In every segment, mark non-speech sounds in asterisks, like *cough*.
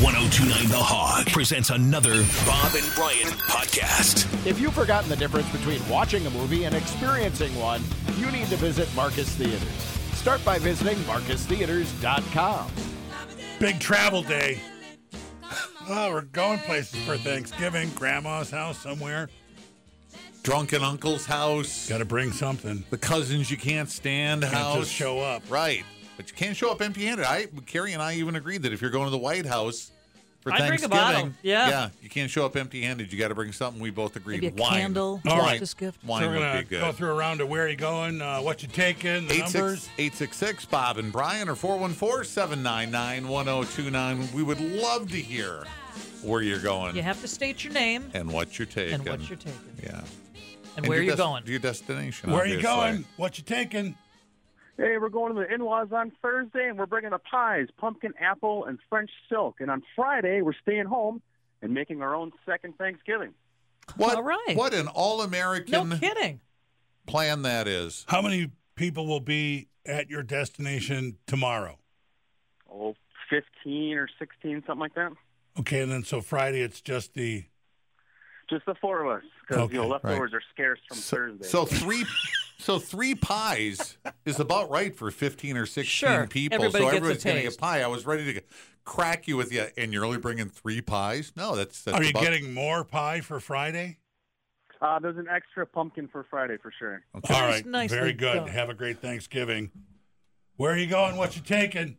1029 The Hog presents another Bob and Brian podcast. If you've forgotten the difference between watching a movie and experiencing one, you need to visit Marcus Theaters. Start by visiting marcustheaters.com. Big travel day. Oh, we're going places for Thanksgiving. Grandma's house somewhere. drunken uncle's house, Got to bring something. the cousins you can't stand house. just show up. right? But you can't show up empty-handed. I Carrie and I even agreed that if you're going to the White House for I'd bring a Thanksgiving, bottle. Yeah. yeah, you can't show up empty-handed. You got to bring something. We both agreed. Maybe a Wine. candle. All right. This gift. Wine So we're would gonna be good. go through a round of where you going, uh, what you taking, the Eight numbers. six eight six six Bob and Brian or 414-799-1029. We would love to hear where you're going You have to state your name and what you're taking. and what you're taking Yeah. and, where your you're des- going. Your destination. Where are you obviously. going? What you taking? Hey, we're going to the in-laws on Thursday, and we're bringing the pies, pumpkin, apple, and French silk. And on Friday, we're staying home and making our own second Thanksgiving. What, All right. What an all-American no kidding. plan that is. How many people will be at your destination tomorrow? Oh, 15 or 16, something like that. Okay, and then so Friday it's just the Just the four of us, because you know Okay, leftovers are scarce from Thursday. So three, so three pies is about right for fifteen or sixteen Sure. people. Everybody so gets a everybody's gonna get taste. pie. I was ready to crack you with you, and you're only bringing three pies. No, that's, that's Are you about- getting more pie for Friday? uh, there's an extra pumpkin for Friday for sure. Okay. All Nice, right. nicely Very good. done. Have a great Thanksgiving. Where are you going? What you taking?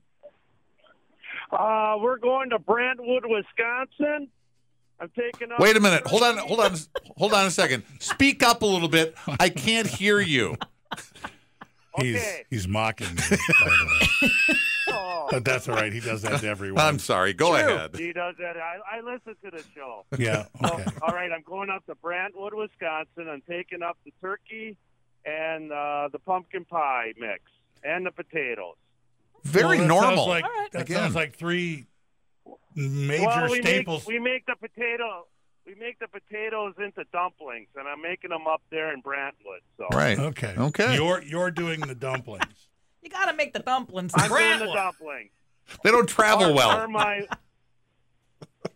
Uh, we're going to Brentwood, Wisconsin. I'm taking up. Wait a minute. Hold on. Hold on. Hold on a second. Speak up a little bit. I can't hear you. He's Okay. he's mocking me. by the way. *laughs* Oh, But that's all right. He does that to everyone. I'm sorry. Go ahead. he does that. I, I listen to the show. *laughs* Yeah. So, Okay. *laughs* all right, I'm going up to Brentwood, Wisconsin. I'm taking up the turkey and uh, the pumpkin pie mix and the potatoes. Very Well, that normal. Sounds like, All right. That Again. sounds like three major well, we staples. Make, we make the potato. We make the potatoes into dumplings, and I'm making them up there in Brentwood. So right. okay. Okay. You're you're doing the dumplings. You got to make the dumplings. I'm doing the Brantwood. dumplings. They don't travel or, well. Or my,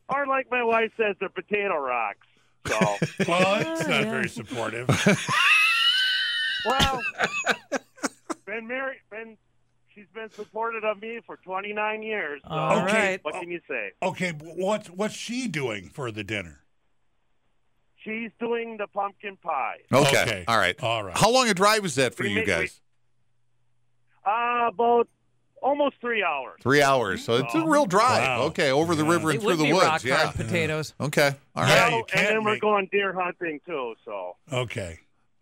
or like my wife says, they're potato rocks. So, *laughs* *laughs* Well, it's not very supportive. well, *laughs* been married, been she's been supportive of me for 29 years. So, All Okay. right. what can you say? Okay. but What's what's she doing for the dinner? She's doing the pumpkin pie. Okay. Okay. All right. All right. How long a drive is that for We you make- we- guys? Uh, about almost three hours. Three hours. So it's a real drive. Oh. Wow. Okay. Over the river It and would through the be woods. rock yeah. hard potatoes. Okay. All Yeah, right. you Well, and can't then we're make- going deer hunting too. So, Okay.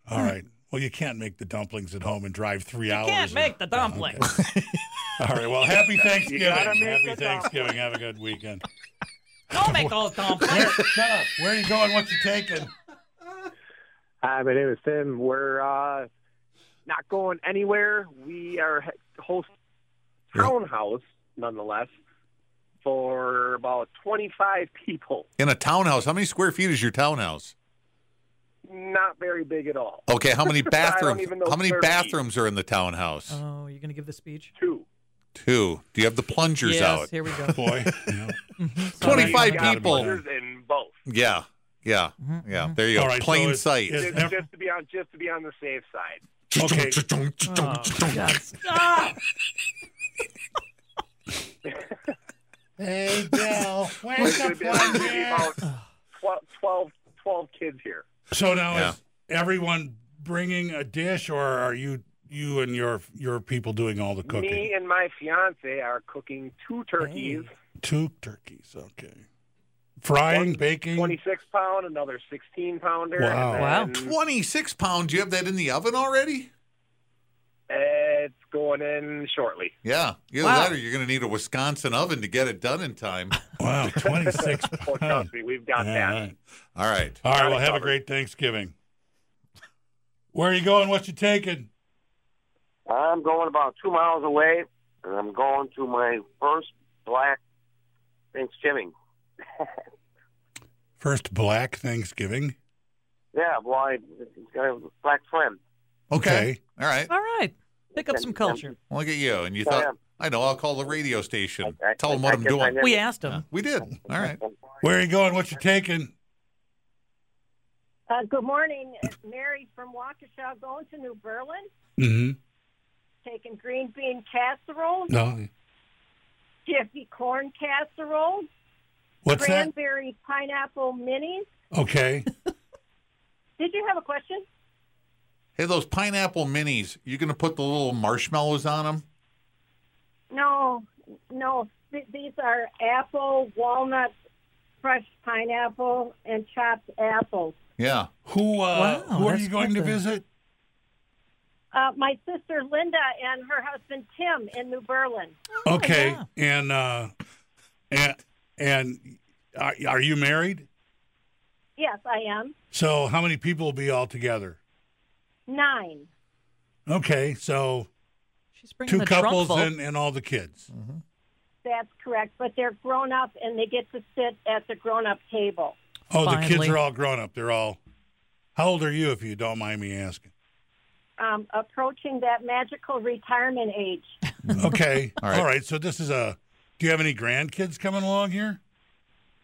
All Hmm. right. Well, you can't make the dumplings at home and drive three hours. Oh, Can't make the dumplings. All right. Well, happy Thanksgiving. gotta make Happy the Thanksgiving. Have a good weekend. Don't *laughs* make those dumplings. Shut up. Where are you going? What you taking? Hi, my name is Tim. We're uh, not going anywhere. We are h- host townhouse, nonetheless, for about 25 people. In a townhouse. How many square feet is your townhouse? Not very big at all. Okay. How many bathrooms? even know How many square feet. bathrooms are in the townhouse? Oh, you're going to give the speech? Two. Two. Do you have the plungers yes, out? here we *laughs* *laughs* go. Boy. Yeah. Sorry. 25 Gotta be people. done. In both. Yeah. Yeah. Mm-hmm, Yeah. There you go. All right, so Plain it's- sight. it's Just, never- just to be on, just to be on the safe side. Okay. Oh, God, stop. Hey, *laughs* Dell. There's Where's gonna be there's gonna be about 12, 12 12 kids here. So now Yeah. is everyone bringing a dish, or are you you and your your people doing all the cooking? Me and my fiance are cooking two turkeys, Two turkeys. Okay. Frying, baking. 26 pound, another 16 pounder. Wow. Wow. And then 26 pounds. You have that in the oven already? It's going in shortly. Yeah. Either Wow. that or you're going to need a Wisconsin oven to get it done in time. *laughs* Wow. Twenty six. Well, trust me, we've got that. all right. All right. All right. it Well, have a covered. great Thanksgiving. Where are you going? What you taking? I'm going about two miles away, and I'm going to my first black Thanksgiving. First black Thanksgiving. Yeah, well, I got a black friend. Okay. All right. All right. Pick up some culture. Look at you. And you So, thought yeah. I know. I'll call the radio station. I- I- Tell them I what I'm guess I doing. never- We asked him. We did. All right. Where are you going? What you taking? Uh, good morning. It's Mary from Waukesha going to New Berlin, Mm-hmm. taking green bean casserole, No. jiffy corn casserole, What's that? cranberry pineapple minis. Okay. Did you have a question? Hey, those pineapple minis. You gonna put the little marshmallows on them? No, no. Th- these are apple, walnut, fresh pineapple, and chopped apples. Yeah. Who uh, Wow, who are that's you going to clever. visit? Uh, my sister Linda and her husband Tim in New Berlin. Okay. Oh, yeah. And uh, and and are, are you married? Yes, I am. So how many people will be all together? Nine. Okay. So She's bringing two the couples trunk full. and, and all the kids. That's correct. But they're grown up and they get to sit at the grown up table. Oh, the kids Finally. are all grown up. They're all. How old are you, if you don't mind me asking? um, approaching that magical retirement age. *laughs* Okay. All right. all right. So this is a. Do you have any grandkids coming along here?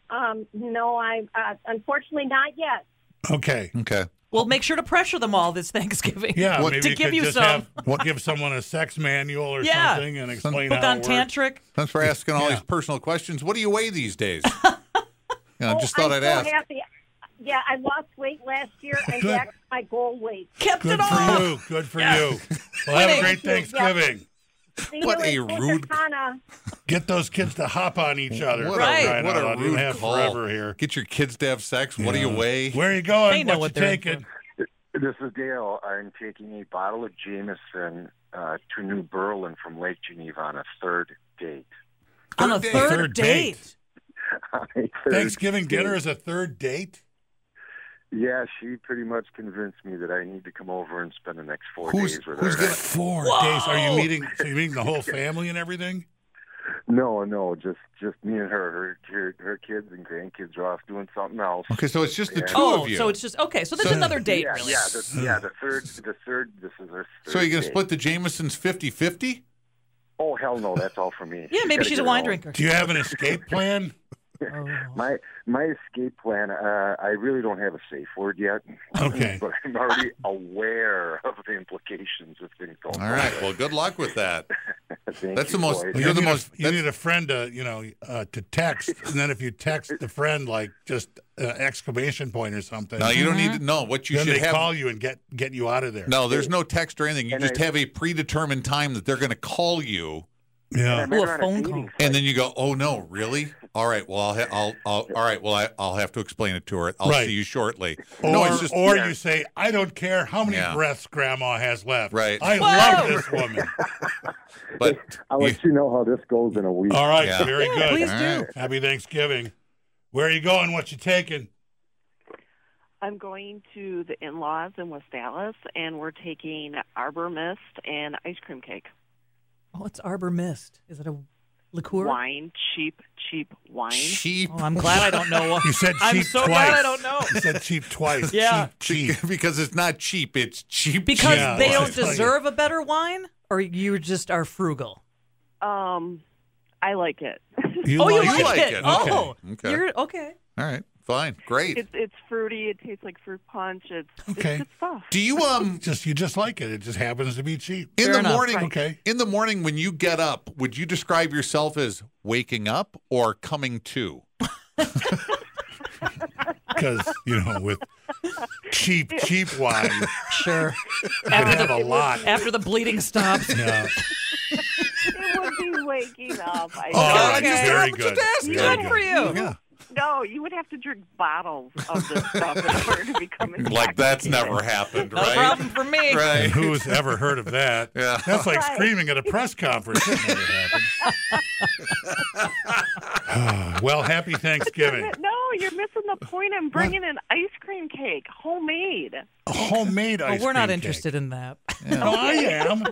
Um, no, I uh, unfortunately not yet. Okay. Okay. Well, make sure to pressure them all this Thanksgiving. Yeah, What- maybe *laughs* To you give could you just some. have *laughs* give someone a sex manual or Yeah. something and explain Hooked how on it works. tantric. Thanks for asking all Yeah. these personal questions. What do you weigh these days? yeah, I just Oh, thought I'd I'm so ask. Happy. Yeah, I lost weight last year *laughs* and Good. back to my goal weight. Kept Good it all. for you. Good for *laughs* you. Well, have a great Thanksgiving. See What you a in rude- Punta Cana. Get those kids to hop on each other. What Right. a, what Right a on. You rude have call. forever here. Get your kids to have sex. What do you Yeah. weigh? Where are you going? They know what what you they're in taking? This is Dale. I'm taking a bottle of Jameson uh, to New Berlin from Lake Geneva on a third date. on a Third date. third, Third date. date. On a third Thanksgiving date. dinner is a third date? Yeah, she pretty much convinced me that I need to come over and spend the next four Who's- days with who's her. gonna- Four days. Are you meeting so you meeting the whole family and everything? No, no, just just me and her. Her her, her kids and grandkids are off doing something else. Okay, so it's just the two Oh, of you. so it's just okay. So there's So- another date, yeah, really. yeah, the, yeah. The third, the third. This is her. Third so you're going date. to split the Jamesons 50 50? Oh hell no, that's all for me. *laughs* Yeah, She's maybe gotta she's get a her wine own. drinker. Do you have an escape plan? Oh. My my escape plan. Uh, I really don't have a safe word yet. Okay. *laughs* but I'm already aware of the implications if things don't. All right. Well, good luck with that. Thank That's the you, most- boys. Well, You're you the need a- most- you need a friend to you know uh, to text, and then if you text the friend like just uh, exclamation point or something, Now, you don't need to know what you then should they have. call you and get get you out of there. No, there's no text or anything. You And just I- have a predetermined time that they're going to call you, Yeah. I met uh, Ooh, her a on phone dating call. site. and then you go, "Oh no, really? All right, well, I'll, ha- I'll, I'll all right, well, I, I'll have to explain it to her. I'll Right. see you shortly." Or, no, it's just or yeah. you say, I don't care how many Yeah. breaths grandma has left. Right. I love this *laughs* woman. but I'll let you know how this goes in a week. All right. Yeah. Very Yeah, good. please All do. right. Happy Thanksgiving. Where are you going? What you taking? I'm going to the in-laws in West Dallas, and we're taking arbor mist and ice cream cake. Oh, it's Arbor Mist. Is it a liqueur? Wine, cheap, cheap wine. cheap Oh, *laughs* I'm glad I don't *laughs* know. You said cheap I'm so twice. glad I don't know. You said cheap twice. Yeah. Cheap, cheap. *laughs* because it's not cheap. It's cheap. Because Yeah, they well, don't I tell you. deserve a better wine, or you just are frugal. Um, I like it. You oh, you like like, it. it? You like it. Oh, Okay. you're okay. All right, fine, great. it's it's fruity. It tastes like fruit punch. It's Okay. it's good stuff. Do *laughs* you um just you just like it. It just happens to be cheap. in Fair the enough. morning? Right. Okay. In the morning when you get up, would you describe yourself as waking up or coming to? Because, you know, with cheap, cheap wine, Sure. you can have a lot. After the bleeding stops. Yeah. it would be waking up. I All know. right, Oh, Okay. Very Just good. ask Very Good for you. Yeah. No, you would have to drink bottles of this stuff in order to *laughs* become Like that's never happened, No right? problem for me. Right. And *laughs* who's ever heard of that? Yeah. That's like Right. screaming at a *laughs* press conference. That never happened. *sighs* well, happy Thanksgiving. No, you're missing the point. I'm bringing an ice cream cake, homemade. A *laughs* homemade ice Well, we're not cream interested in that. *laughs* Cake. No, I am.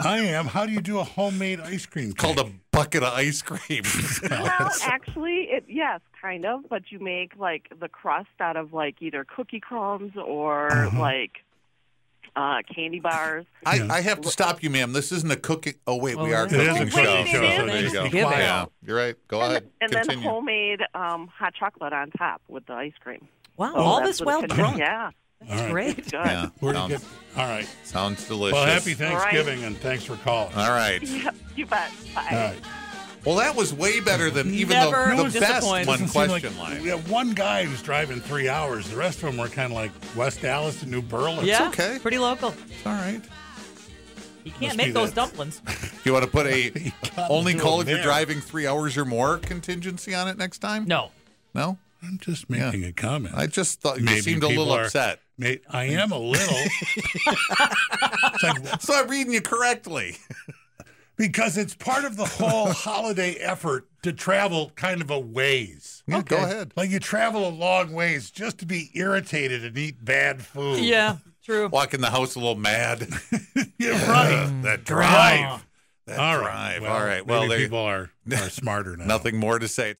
*laughs* I am. How do you do a homemade ice cream cake? Called a bucket of ice *laughs* cream. Well, actually, it yes, kind of, but you make like the crust out of like either cookie crumbs or like uh, candy bars. I, I have to stop you, ma'am. This isn't a cooking. Oh wait, we are it is a cooking cooking show. show, so so there you just go. be quiet. Yeah, you're right. Go ahead. and then Continue. homemade um, hot chocolate on top with the ice cream. Wow, So all Oh, that's this what while it finishes- drunk. Yeah. That's All right. great. It's good. Yeah, sounds, All right. sounds delicious. Well, happy right. Thanksgiving and thanks for calling. All right. Yep, *laughs* you bet. Bye. All right. Well, that was way better than even Never the, the best disappoint. one Doesn't seem like- question line. We have one guy who's driving three hours. The rest of them were kind of like West Dallas and New Berlin. yeah, okay. pretty local. All right. You Must can't be make those that. dumplings. You want to *laughs* put a gotta only do call it if you're there. driving three hours or more contingency on it next time? No, No? I'm just making a comment. I just thought you Maybe seemed a people little are- *laughs* upset. Mate, I am a little. *laughs* It's like- So I'm reading you correctly. because it's part of the *laughs* whole holiday effort to travel kind of a ways. Yeah, Go ahead. Like you travel a long ways just to be irritated and eat bad food. yeah, true. Walk in the house a *laughs* little mad. You're right. that Drive. drive. That All right. drive. All right. Well, maybe there, *laughs* people are, are smarter now. nothing more to say.